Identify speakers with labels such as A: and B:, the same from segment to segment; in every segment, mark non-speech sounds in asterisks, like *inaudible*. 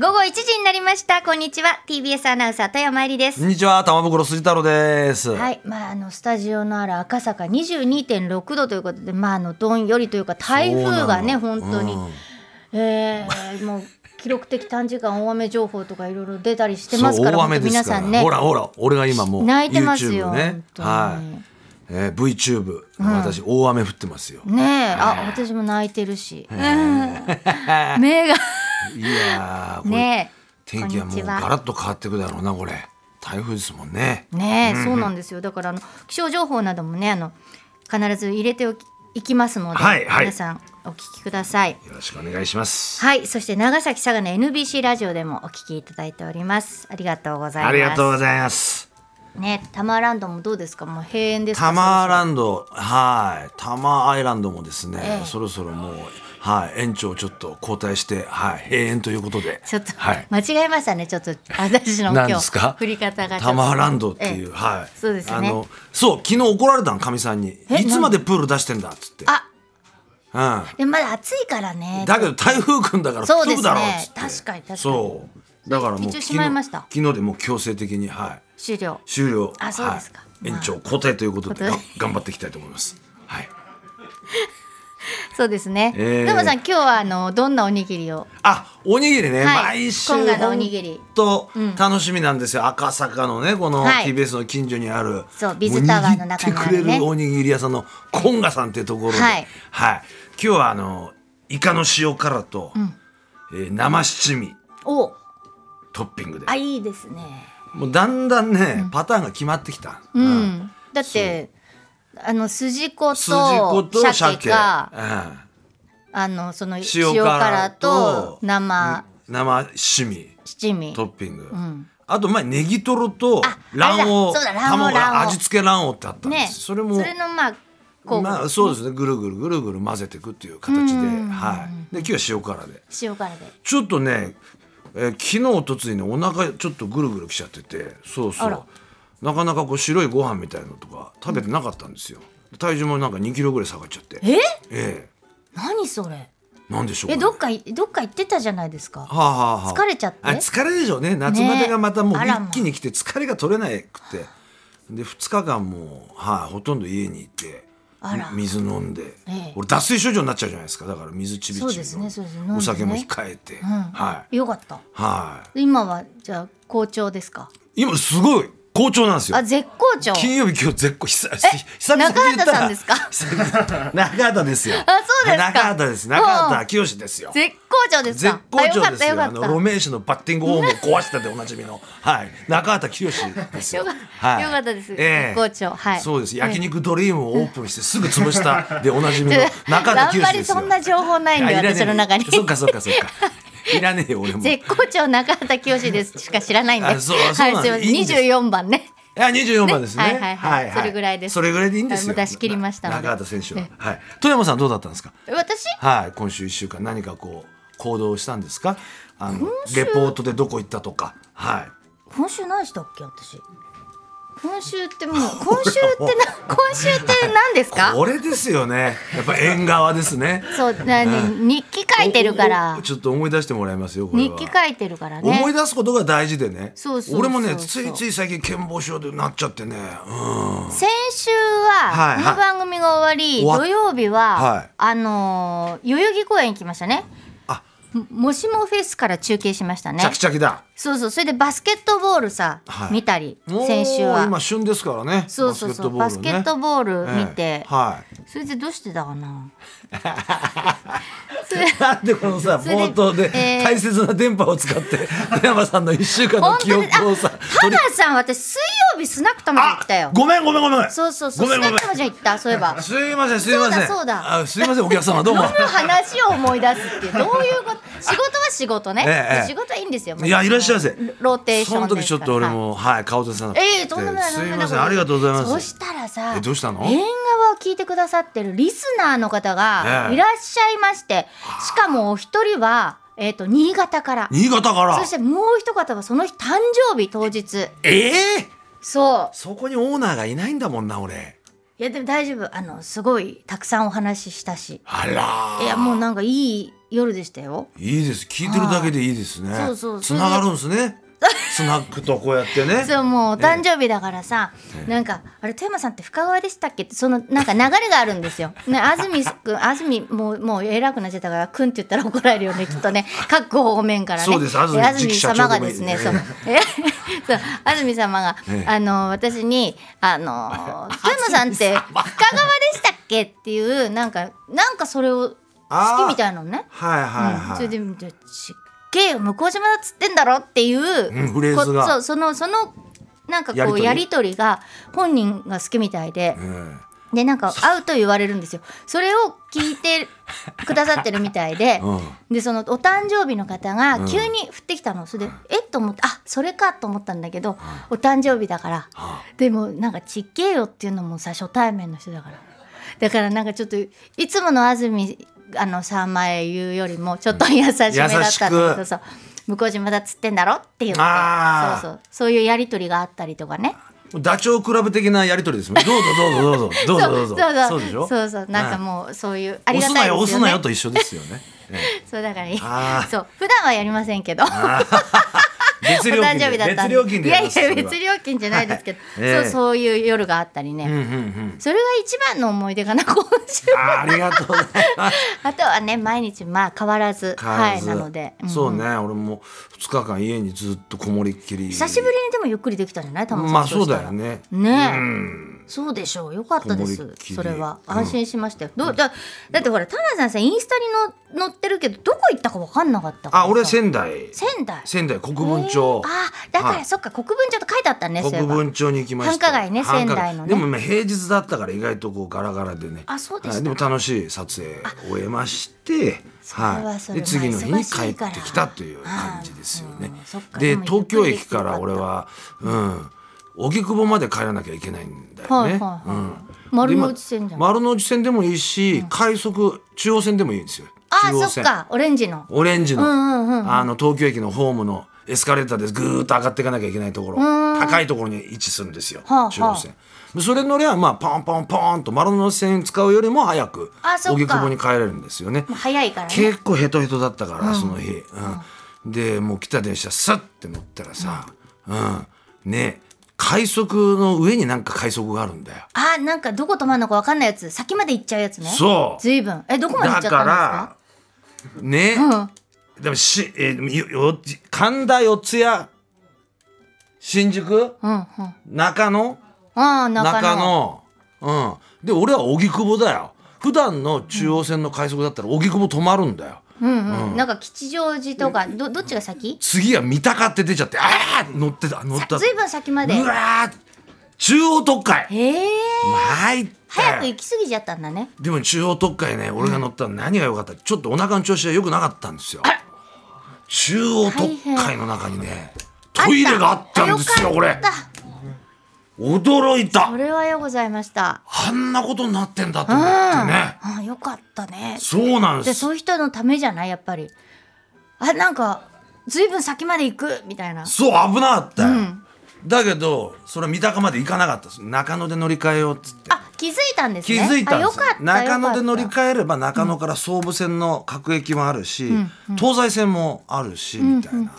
A: 午後1時になりました。こんにちは。TBS アナウンサー、富山えりで
B: こ
A: す。
B: んにちは、玉袋筋太郎です。
A: はい。まあ、あの、スタジオのある赤坂22.6度ということで、まあ、あの、どんよりというか、台風がね、
B: そうな
A: 本
B: の
A: 当に、
B: うん
A: えーもう、記録的短時間大雨情報とかいろいろ出たりしてますから、
B: そう
A: 本
B: 大雨
A: 当
B: です
A: 皆
B: から
A: さんね
B: ほ、らほら、俺が今もう
A: 泣いてますよ
B: YouTube ね、
A: 本当に
B: はい、えー、VTube、私大雨降ってますよ。
A: ねえ、あ、私も泣いてるし、うん *laughs* 目が、
B: いやー、これ、
A: ね
B: 天気はも
A: こん
B: う
A: にちは
B: ガラッと変わってくだろうな、これ。台風ですもんね。
A: え、ねえ、そうなんですよ。だから、あの、気象情報などもね、あの、必ず入れておき、いきますので、
B: はいはい
A: 皆さんお聞きください。
B: よろしくお願いします。
A: はい、そして長崎佐賀の NBC ラジオでもお聞きいただいております。ありがとうございます。
B: ありがとうございます。
A: ね、タマーランドもどうですか、もう閉園ですか。
B: タマーラ
A: ン
B: ンド、はい、タマーアイランドもですね、
A: ええ
B: そろそろもう、はい、園長ちょっと交代して、はい、閉園ということで。
A: ちょっと、
B: はい。
A: 間違えましたね、ちょっと私の今
B: 何
A: 日
B: ですか
A: 振り方がちょっと
B: タマーランドっていう、
A: ええ
B: はい
A: そうですよ
B: あ
A: ね
B: のそう昨日怒られたのかみさんに「
A: え
B: いつまでプール出してんだ」っつって
A: あ、
B: うん
A: でもまだ暑いからね。
B: だけど台風くんだから
A: そう
B: 吹っ飛ぶだろう
A: ですね
B: っつって
A: 確かに確かに
B: そうだからもう
A: 一応
B: 昨
A: し
B: 日
A: まいました
B: 昨日でもう強制的にはい
A: 終了。
B: 終了
A: あそうですか
B: はい、
A: まあ
B: 延長交代ということで
A: 交代
B: が頑張っていきたいと思いますはい
A: そうですね。
B: ええ
A: でもさん、今日はあのどんなおにぎりを。
B: あおにぎりね、
A: はい
B: 毎週
A: 今回のおにぎり
B: と楽しみなんですよ、赤坂のねこの
A: はい
B: TBS の近所にある
A: そうビズタワーの中にあるね
B: もう握ってくれるおにぎり屋さんのコンガさんってところで、
A: は
B: はいい今日はあのイカの塩辛と、えー生七味
A: お、
B: トッピングで
A: あ、いいですね。
B: もうだんだんね、パターンが決まってきた、
A: う
B: うん
A: ん。だって、あの筋子
B: 筋子
A: と
B: と
A: 鮭
B: 鮭
A: が。
B: うん
A: あのその
B: 塩
A: 塩
B: 辛と
A: 辛と生
B: 生七味
A: 七味
B: トッピング、
A: ん
B: あと前ネギトロと卵
A: あれだそうだ卵黄
B: 卵
A: 卵黄
B: 味付け卵黄ってあったんです、
A: ね
B: それも
A: のまあこう、
B: まあ、そうですねぐるぐるぐるぐる混ぜていくっていう形で、はい、で今日は塩辛で
A: 塩辛で
B: ちょっとね、えー昨日おとついねお腹ちょっとぐるぐるきちゃっててそうそ
A: あら
B: うなかなかこう白いご飯みたいのとか食べてなかったんですよ、体重もなんか2キロぐらい下がっちゃってえ
A: え
B: え
A: 何それ
B: なんでしょうか
A: え
B: ね、
A: どっかいどっか行ってたじゃないですか
B: はあはあはあ
A: 疲れちゃって
B: あ疲れでしょうね夏までがまたもう
A: ねあらま
B: 一気に来て疲れが取れなくてで2日間もう、はい、ほとんど家にいて
A: あら
B: 水飲んで、
A: ええ
B: 俺脱水症状になっちゃうじゃないですかだから水ちびち
A: そう
B: び
A: です
B: 飲ん
A: ね
B: で
A: そうですね飲んでね
B: お酒も控えて、はい
A: よかった
B: はい
A: 今はじゃあ好調ですか
B: 今すごい好調なんですよ
A: あ絶好調
B: 金曜日今日絶好久々久々
A: 中畑さんですか
B: 久々 *laughs* 中畑ですよあ
A: そうですか
B: 中畑です中畑清ですよ
A: 絶好調です
B: 絶
A: か
B: 好調です
A: あ
B: よ
A: よか
B: あ
A: った
B: の
A: よか
B: 路
A: っ
B: 面紙のバッティングフォームを壊し
A: *laughs*
B: たでおなじみの、はい、中畑清ですよ。
A: よか
B: はい、
A: よかったです
B: ええ
A: 絶好調はい
B: そうです。焼肉ドリームをオープンしてすぐ潰し
A: *laughs*
B: たでおなじみの中
A: たあ
B: 畑
A: ん
B: 清
A: ま
B: で
A: り
B: すよ。
A: そんな情報ないんで
B: あらねえ
A: 私の中に
B: そっかそっかそっか。いらねえよ
A: *laughs*
B: 俺も。
A: 絶好調中畑清ですしか知らないんで
B: あそうそう
A: はい
B: なん
A: すいま
B: で
A: すせん
B: いいんです
A: 24番ね
B: あ、二十四番です
A: ね
B: ね。
A: はいはいはいそれぐらいです
B: それぐらいでいいんですよ。
A: もう出し切りましたので
B: 中畑選手は
A: え。
B: はい。富山さんどうだったんですか。
A: 私
B: はい、今週一週間何かこう行動したんですか。あのレポートでどこ行ったとか。はい。
A: 今週何したっけ私今週ってもう今週ってな
B: *laughs*
A: 今週って何ですか
B: これですよね。やっぱ縁側ですね。
A: そうなに日記書いてるか
B: おお
A: ら
B: おちょっと思い出してもらいますよ。これ
A: 日
B: は
A: 記書いてるからね
B: 思い出すことが大事でね。
A: そうそうそうそう
B: 俺もね、ついつい最近健忘症でなっちゃってね。うん。
A: 先週
B: は
A: はいこの番組が終わり、
B: 終わっ
A: 土曜日は、
B: はい
A: あのー代々木公園行きましたね
B: あ
A: ももしもフェスから中継しましたね
B: チャキチャキだ。
A: そうそうそれでバスケットボールさ、
B: はい
A: 見たり先週
B: おー
A: は
B: 今旬ですからね。
A: そうそうそうバ
B: バ
A: ス
B: ス
A: ケ
B: ケ
A: ッ
B: ッ
A: ト
B: トボ
A: ボー
B: ール
A: ル
B: ね
A: 見て
B: ええ、は。
A: それでどうしてたかない
B: *laughs* なんでこのさ
A: それで
B: 冒頭で
A: えー
B: 大切な電波を使って
A: *laughs*
B: 富山さんの一週間の
A: 本
B: 記
A: 当
B: 憶
A: にあ
B: をさ
A: タ
B: 取り
A: ナさん私水曜日スナック玉に来たよ
B: ごめんごめんごめんごめん
A: そうそうそう
B: ごめ
A: ス
B: んご
A: ナッ
B: めん
A: ク玉じゃ行ったそういえば
B: すいませんすいません
A: そうだそうだ
B: あすいませんお客様どうも
A: 飲む話を思い出すってどういうこと仕事は仕事ね、
B: ええ
A: 仕事はいいんですよ
B: いやいらっしゃいませ
A: ローテーション
B: その時ちょっと俺もはい顔出さなくて
A: ええとんでもない
B: す
A: と
B: い
A: で
B: ません
A: な
B: ありがとうござい
A: そ
B: ま
A: し
B: す
A: たらさ
B: えどうしたの
A: 縁側を聞いてくださってるリスナーの方が
B: ええ
A: いらっしゃいまして、しかもお一人は、えっと新潟から
B: 新潟から
A: そしてもう一方はその日誕生日当日
B: ええ
A: そう
B: そこにオーナーがいないんだもんな俺
A: いやでも大丈夫あのすごいたくさんお話ししたし
B: あらー
A: いやもうなんかいい夜でしたよ
B: いいです聞いてるだけでいいですね
A: はいそうそう
B: つながるんで
A: *laughs*
B: すねスナックとこうやってね
A: そうもうお誕生日だからさ、なんかあれ富山さんって深川でしたっけってそのなんか流れがあるんですよ。ね安住くん安住もうもう偉くなっちゃったからくんって言ったら怒られるよねきっと
B: *laughs*
A: ね各方面からね。
B: そうです安住
A: え安住
B: 次期社長
A: 様がですね
B: ご
A: そ
B: め *laughs*
A: うんえそう安住様が、
B: ええ
A: あの私にあの富山さんって深川でしたっけっていうなんかなんかそれを
B: あー
A: 好きみたいなのね。
B: はいはい
A: うん
B: は
A: そ
B: い、
A: れでじゃあちっげえよ向島だっつってんだろっていう、
B: うんフレーズが
A: こそうそのそのなんか
B: や
A: こ
B: りと
A: う
B: り
A: やりとりが本人が好きみたいで、
B: うん
A: でなんか会うと言われるんですよそれを聞いてくださってるみたいで、
B: *laughs* うん
A: でそのお誕生日の方が急に降ってきたのそれでえっと思ってあそれかと思ったんだけど、お誕生日だから、でもなんかちっけえよっていうのもさ初対面の人だからだからなんかちょっといつもの安住あのさんまへ言うよりもちょっと優しめだったんだけ
B: 優しく
A: どそう向島だっつってんだろって言って
B: あー
A: そうそうそういうやり取りがあったりとかね。
B: ダチョウ倶楽部的なやりとりで
A: *laughs*
B: すもん。どうぞどうぞどうぞどうぞどうぞ。
A: そう
B: でしょ。
A: そうそうなんか
B: はい
A: もうそういうありが
B: 押す
A: た
B: ないよ
A: で
B: 押
A: す
B: す
A: よ
B: な
A: ね
B: よと一緒です
A: *laughs*
B: よね。ええ
A: そうだからいい
B: あー
A: そう普段はやりませんけどお
B: 別料
A: 誕生
B: 金
A: 日だ
B: で
A: った
B: 別
A: ん
B: 料金で
A: いや
B: やり
A: い
B: ま
A: や
B: す。
A: 別料金じゃないですけど
B: はいええ
A: そうそういう夜があったり
B: うん
A: ね
B: うんうん。
A: それが一番の思い出かな今週
B: あーありがとうございます。
A: あとはね毎日まあ変わらず
B: 変わらず
A: はいなので、ん
B: そうね、俺も二日間家にずっとこもりっきり。
A: 久しぶりにでもゆっくりできたんじゃない玉
B: まあ
A: さん
B: そうだよ
A: ね
B: ね。
A: ねえ、
B: うん。
A: そうでしょうよかったで
B: こもり
A: す
B: っきり
A: それは
B: うん
A: 安心しましたよ、どうじゃだってほら玉さんさインスタにの載ってるけどどこ行ったか分かんなかったから
B: あ、
A: さ
B: 俺仙台。
A: 仙台
B: 仙台国分
A: え
B: 町。
A: ーあーだから、
B: はい
A: そっか国分町と書いてあったねそういえ
B: 国
A: ば
B: 分町に行きました。
A: 繁華街ね
B: 繁華
A: 仙台のね
B: でもまあ平日だったから意外とこうガラガラでね。
A: あそうでした
B: はいでも楽しい撮影を終えまして、
A: それはそれ
B: で次の日
A: まあ
B: に帰
A: 忙しいから
B: ってきたという感じですよね
A: あーうんそっ。か
B: で
A: でも
B: 東京駅から俺は、うん、荻窪まで帰らなきゃいけないんだよ
A: はいは
B: ね。
A: いはい
B: うん
A: 丸の内線じゃん、
B: でま丸の内線でもいいし、快速中央線でもいいんですよ。
A: あ
B: 中央
A: ーそ
B: 線
A: っかオレンジの
B: オレンジの、
A: んうん
B: あの東京駅のホームのエスカレーターでぐーっと上がっていかなきゃいけないところ高いところに位置するんですよ、
A: はあはあ
B: 中央線でそれ乗りゃまあポンポンポンと丸の内線使うよりも早く
A: あそっか
B: 荻窪に帰れるんですよね
A: もう早いからね
B: 結構ヘトヘトだったから、その日、うんでもう来た電車スッて乗ったらさ、うんね快速の上になんか快速があるんだよ。
A: あーなんかどこ止まんのか分かんないやつ先まで行っちゃうやつね
B: そう
A: ずいぶんえどこまで行っ
B: だ
A: ちゃったんです
B: か
A: から
B: ね、でもし、えーよよ神田四谷新宿
A: うんうん
B: 中野
A: ああ中野
B: 中野うんで俺は荻窪だよ普段の中央線の快速だったら荻窪止まるんだよ、
A: うんうん、なんか吉祥寺とかどどっちが先
B: 次は三鷹って出ちゃってああ乗ってた乗っ
A: さ
B: た
A: ずいぶん先まで
B: うわー中央特快
A: へえ
B: 参ったよ
A: 早く行き過ぎちゃったんだね
B: でも中央特快ね俺が乗ったの何が良かった、ちょっとお腹の調子が良くなかったんですよ中央特快の中にねトイレがあったんですよこ
A: あ
B: れ
A: った
B: 驚い
A: こ
B: た
A: れはようございました
B: あんなことになってんだと思ってね
A: あよかったね
B: そうなん
A: で
B: で
A: そ
B: す
A: ういう人のためじゃないやっぱりあなんかずいぶん先まで行くみたいな
B: そう危なかったよ、だけどそれ三鷹まで行かなかったです中野で乗り換えようっつって
A: あ気づいたんです
B: 気
A: ね
B: づいたん
A: あ
B: で
A: よ
B: すよ
A: かった
B: 中野で乗り
A: え
B: 換えれば中野から総武線の各駅もあるし、東西線もあるし、みたいな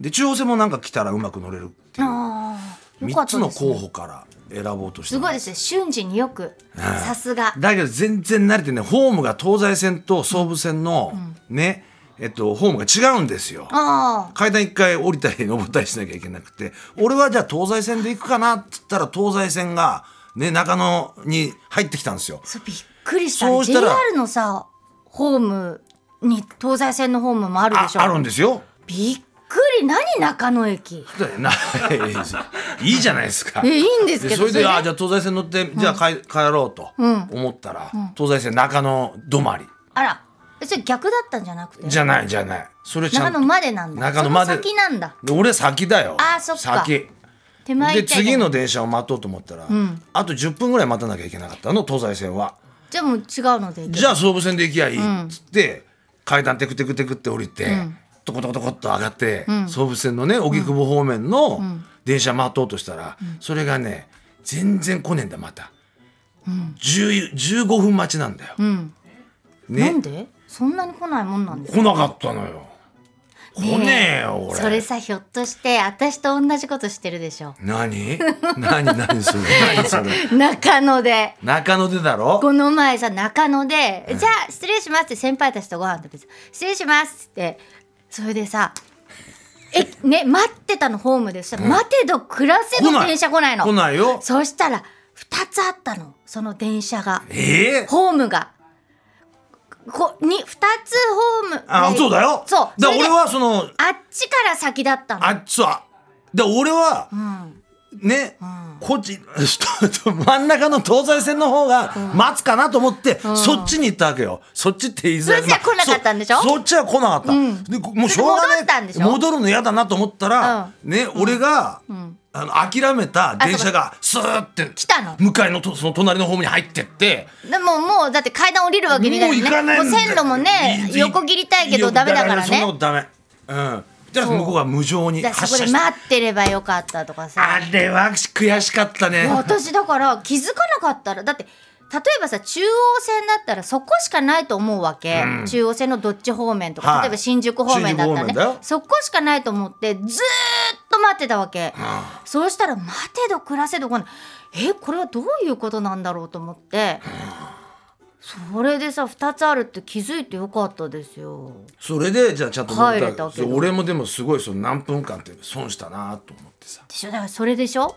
B: で中央線もなんか来たらうまく乗れるっていう
A: あーよか
B: 3
A: った
B: つ
A: で
B: の
A: すね
B: 候補から選ぼうとして
A: すごいですね瞬時によくさすが
B: だけど全然慣れてねホームが東西線と総武線の、ねえっとホームが違うんですよ
A: ああ
B: 階段一回降りたり登ったりしなきゃいけなくて俺はじゃあ東西線で行くかなっつったら東西線が、ね、中野に入ってきたんですよ
A: そうびっくりした
B: そうしたら
A: JR のさホームに東西線のホームもあるで
B: あ
A: しょ
B: あるんですよ
A: びっくり何中野駅
B: ないですよいいじゃないですか。
A: えいいんですけど
B: それ
A: それ
B: で
A: で
B: あじゃあ東西線乗ってじゃあ帰帰ろうと思ったら、東西線中野止まり
A: あらえそれ逆だったんじゃなくて
B: じゃないじゃないそれちゃ
A: 中
B: ん
A: 野
B: と
A: までなんだ
B: 中野まで
A: その先なんだ
B: で俺先だよ
A: あーそっか
B: 先
A: 手前行
B: で
A: っちゃいけ
B: 次
A: ない
B: の電車を待とうと思ったら、あと10分ぐらい待たなきゃいけなかったの東西線は
A: じゃあもう違うので
B: じゃあ総武線で行きゃいいっつって、階段テクテクテクって降りて、トコトコトコっと上がって、総武線のね荻窪方面の電車待とうとしたら、それがね全然来ねえんだまた、10 15分待ちなんだよ、ね
A: なんでそんなに来ないもんなんですか
B: 来なかったのよ来ねえよ俺
A: それさひょっとして私と同じことしてるでしょ
B: 何 *laughs* 何何それ何それ
A: 中野で
B: 中野でだろ
A: この前さ中野で「じゃあ失礼します」って先輩たちとご飯食べて「失礼します」ってそれでさえね待ってたのホームでそしたら「待てど暮らせど
B: 来ない
A: 電車来ないの」
B: 来ないよ
A: そしたら2つあったのその電車が
B: ええ
A: ホームがこに2つホーム
B: あ
A: で
B: そうだよ
A: そう
B: だ
A: そ
B: から
A: れで
B: 俺はその
A: あっちから先だったの
B: あっそうあで俺は、ね、こっち *laughs* 真ん中の東西線の方が待つかなと思って、そっちに行ったわけよそっちって言いづらい
A: そっちは来なかったんでしょ
B: そそっちは来なかった、でこもうしょう
A: 戻
B: が
A: った
B: なんい
A: でしょ
B: 戻るの嫌だなと思ったら、ね俺が、あの諦めた電車がスーって
A: 来たの
B: 向かいのとその隣のホームに入ってって
A: でももうだって階段降りるわけにいかない
B: もう行かない
A: も
B: ん
A: う
B: だよ
A: 線路もね
B: いい
A: 横切りたいけどダメだから
B: そんな
A: ね
B: ことダメうんじゃあ向こうが無情に
A: だから
B: 発
A: そこ
B: 車
A: で
B: した
A: 待ってればよかったとかさ
B: あれは悔しかったね
A: いや私だから気づかなかったらだって例えばさ中央線だったらそこしかないと思うわけ、中央線のどっち方面とか、
B: はい
A: 例えば新宿方面だったら
B: 新宿方面
A: ね
B: だよ
A: そこしかないと思ってずーっと待ってたわけ、そうしたら待てど暮らせどこないえこれはどういうことなんだろうと思って、それでさ2つあるって気づいてよかったですよ
B: それでじゃあちゃんと乗
A: 入
B: れ
A: れた
B: た
A: わけだ
B: そう俺もでもすごいその何分間って損したなと思ってさ
A: でしょだからそれでしょ、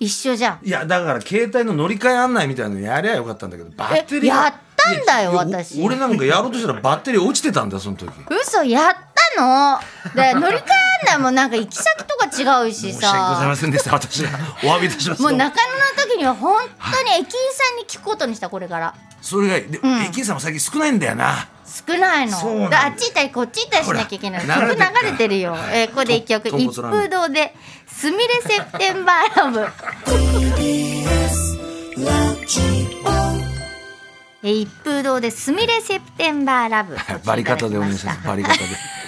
A: 一緒じゃん
B: いやだから携帯の乗り換え案内みたいなのやりゃよかったんだけどバッテリー
A: やったんだよ
B: いや
A: 私
B: お俺なんかやろうとしたらバッテリー落ちてたんだよその時
A: 嘘やったの
B: *laughs*
A: で乗り換え案内もなんか行き先とか違うし
B: 申し訳ござい
A: さ
B: ませんでした私がお詫びいたします
A: もう中野の時には本当に駅員さんに聞くことにしたこれから
B: それがで駅員さんも最近少ないんだよな
A: 少ない
B: そうなん
A: の
B: だ
A: だあっち行ったりこっち行ったりしなきゃいけない
B: ほら
A: 曲
B: 流れてる
A: 流れてるよ、えーここで一曲
B: と豚
A: 一
B: 骨ラーメ
A: 風
B: ン
A: 堂ですみれセプテンバーラブ
C: TBS ラジ
A: えー一風堂ですみれセプテンバーラブ
B: *laughs* バリ方でお願いし
A: お聞
B: ま
A: きい
B: す
A: ただ
B: バ
A: きま
B: リ方
A: し
B: で
A: た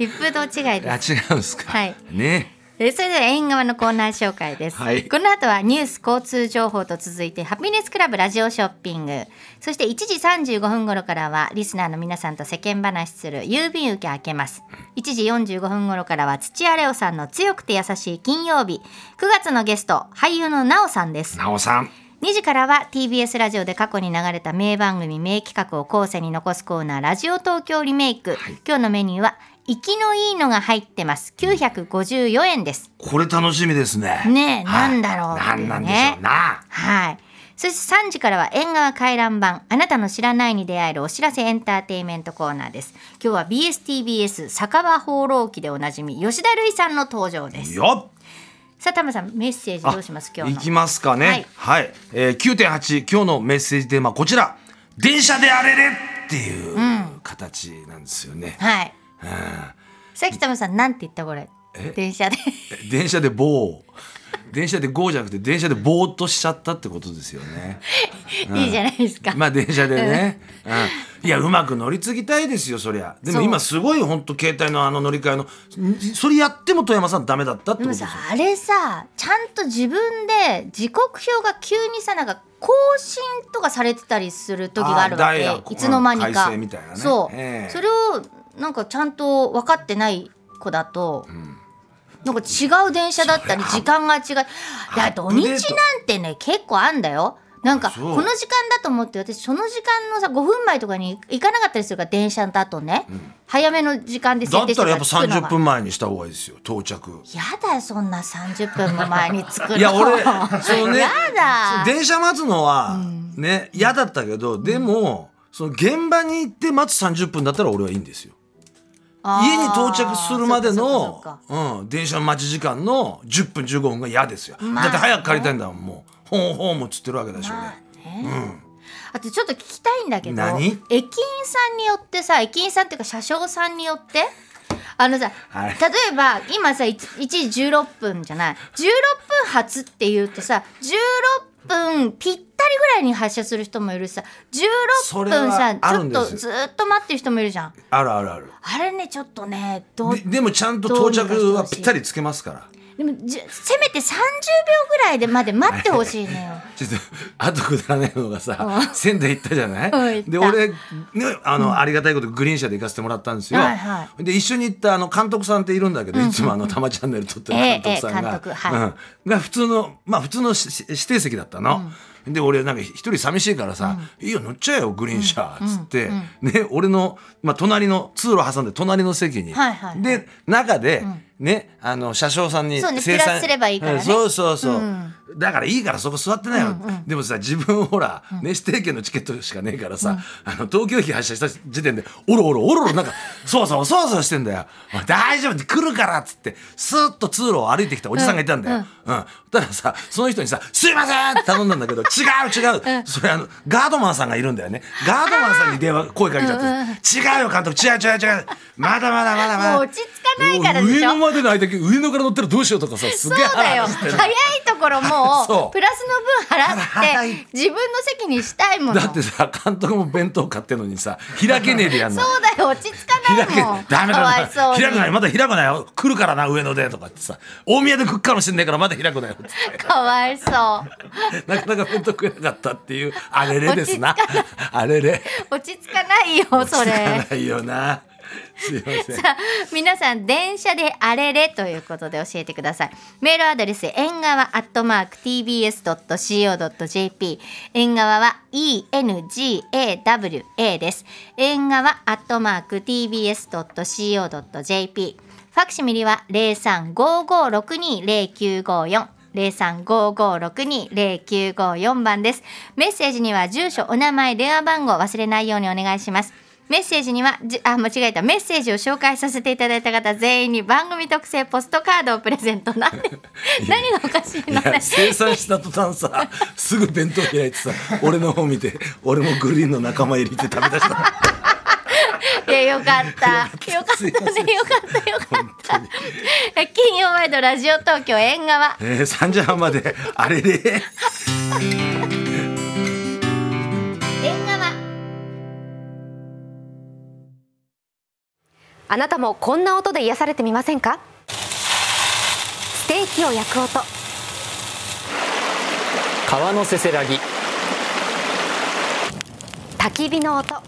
A: *laughs* 一風堂違いです
B: あ違うんすか
A: はい
B: ね
A: えーそれでは縁側のコーナー紹介です、
B: はい
A: この後はニュース交通情報と続いてハピネスクラブラジオショッピングそして1時35分頃からはリスナーの皆さんと世間話する郵便受け開けます1時45分頃からは土屋レオさんの強くて優しい金曜日9月のゲスト俳優のなおさんです
B: なおさん
A: 2時からは TBS ラジオで過去に流れた名番組名企画を後世に残すコーナー「ラジオ東京リメイク」今日のメニューは「生きのいいのが入ってます」954円です。
B: これ楽しみですね
A: ねえ
B: は
A: な
B: い
A: んだろうって
B: なん
A: いうね
B: なんでしょうな
A: はいそして3時からは縁側回覧版あなたの知らないに出会えるお知らせエンターテインメントコーナーです今日は BSTBS 酒場放浪記でおなじみ吉田類さんの登場です
B: よっ
A: さあタマさんメッセージどうします今日
B: い
A: の
B: きますかねはい、えー、9.8今日のメッセージテーマはこちら電車であれれっていう形なんですよね、
A: はいさっきタマさんなんて言ったこれ電車で
B: 電車で棒を電車でゴーじゃなくて電車でぼーっとしちゃったってことですよね
A: *laughs* いいじゃないですか、
B: まあ電車でね、うん、いやうまく乗り継ぎたいですよそりゃでも
A: そう
B: 今すごい本当携帯のあの乗り換えのんそれやっても富山さんダメだったって
A: でも
B: ことです
A: さ
B: よ
A: あれさちゃんと自分で時刻表が急にさなんか更新とかされてたりする時があるわ
B: あーダイヤ
A: けいつの間にか
B: 改正みたいなね
A: そう、
B: ええ
A: それをなんかちゃんと分かってない子だと、なんか違う電車だったり時間が違うだって土日なんてね結構あんだよなんか
B: あ
A: こ
B: そう
A: の時間だと思って私その時間のさ5分前とかに行かなかったりするから電車だとね、早めの時間で
B: だ
A: 設
B: っ
A: 定して
B: たらやっぱ
A: 着くのが
B: 30分前にした方がいいですよ到着
A: やだよそんな30分も前に作るの
B: いや俺その
A: *laughs*
B: ね
A: やだ
B: 電車待つのはね嫌だったけどでもその現場に行って待つ30分だったら俺はいいんですよ
A: あー
B: 家に到着するまで
A: そ
B: の
A: っかそっかそっか
B: うん電車の待ち時間の10分15分が嫌ですよだって早く帰りたいんだもんもうホーンホーンもつってるわけだし俺
A: まあねあとちょっと聞きたいんだけど
B: 何
A: 駅員さんによってさ駅員さんっていうか車掌さんによってあのさ、
B: あれ
A: 例えば今さ 1, 時16分じゃない16分発っていうとさ16分ぴったりぐらいに発車する人もいるしさ16
B: それ
A: 分さ
B: はあ
A: ち
B: る
A: ょっ
B: んで
A: と
B: す
A: ずっと待ってる人もいるじゃん
B: あるあるある
A: あれねちょっとねどう
B: ででもちゃんと
A: どう
B: 到
A: にかしてほしい
B: 着はぴったりつけますから
A: でもじゅせめて30秒ぐらいでまで待ってほしいのよ。
B: *laughs* ちょっとあとくだらないのがさ仙台行ったじゃない、
A: うん行った
B: で俺、ね、あの、ありがたいことグリーン車で行かせてもらったんですよ、
A: はいは
B: で一緒に行ったあの監督さんっているんだけど、いつもあの「たまチャンネル」撮ってる監督さん
A: ええええ
B: が
A: 監督はい
B: うん、が普通のまあ普通のしし指定席だったの。で俺なんか一人寂しいからさ「いいよ乗っちゃえよグリーン車」っつって、ね、俺の、まあ、隣の通路挟んで隣の席に、
A: はいはいはい
B: で中で、ね、あの車掌さんに
A: そうね
B: 生
A: プラ
B: 産
A: スすればいいからね
B: うんそうそうそう、だからいいからそこ座ってないよ、でもさ自分ほら、ね、指定券のチケットしかねえからさ、あの東京駅発車した時点でおろおろおろおろなんかそわそわそわそわしてんだよおい大丈夫来るからっつってスーッと通路を歩いてきたおじさんがいたんだよ、うんたださその人にさ「すいません!」って頼んだん
A: *laughs*
B: だけど「違う違う、それあのガードマンさんがいるんだよねガードマンさんに電話声かけちゃって、違うよ監督違う違う違うまだまだまだまだ」
A: もう落ち着かないからでしょ
B: 上野までの間上野から乗ったらどうしようとかさす
A: そ
B: げ
A: う
B: え
A: だよ
B: 腹立ってんの
A: 早いところ
B: そ
A: もう
B: う
A: プラスの分
B: 払
A: 払っ
B: い
A: て自分の席にしたいもの
B: だってさ監督も弁当買ってんのにさ開けねえでやんの
A: そうだよ落ち着かな
B: 開
A: い
B: け
A: もん
B: ダメ
A: かわ
B: だ
A: いそうに
B: な開くなよまだ開くなよ来るからな上野でとかってさ大宮で食っかもしんねえからまだ開くなよって
A: かわいそう
B: なかなか弁当食えなかったっていうあれれですなあれれ
A: 落ち着かないよそ
B: 落ち
A: れ
B: 着かないよなすいません
A: さあ *laughs* 皆さん電車であれれということで教えてくださいメールアドレス縁側アットマーク tbs.co.jp 縁側は engawa です縁側アットマーク tbs.co.jp ファクシミリは0355620954 0355620954番ですメッセージには住所お名前電話番号忘れないようにお願いしますメッセージにはじゅあ間違えたメッセージを紹介させていただいた方全員に番組特製ポストカードをプレゼント
B: *laughs*
A: なんで何がおかしい
B: い
A: の
B: や生産した途端さすぐ弁当開いてさ俺の方見て俺もグリーンの仲間入りって食べ出した
A: いやよかったよかった
B: す
A: ね
B: いません
A: よかったよかった金曜ワイドラジオ東京縁側
B: えー、3時半まであれれ
A: 縁側
D: あなたもこんな音で癒されてみませんかステーキを焼く音
E: 川のせせらぎ
D: 焚き火の音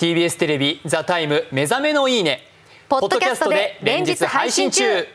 E: TBS テレビ「ザタイム目覚めのいいね」
D: ポッドキャストで連日配信中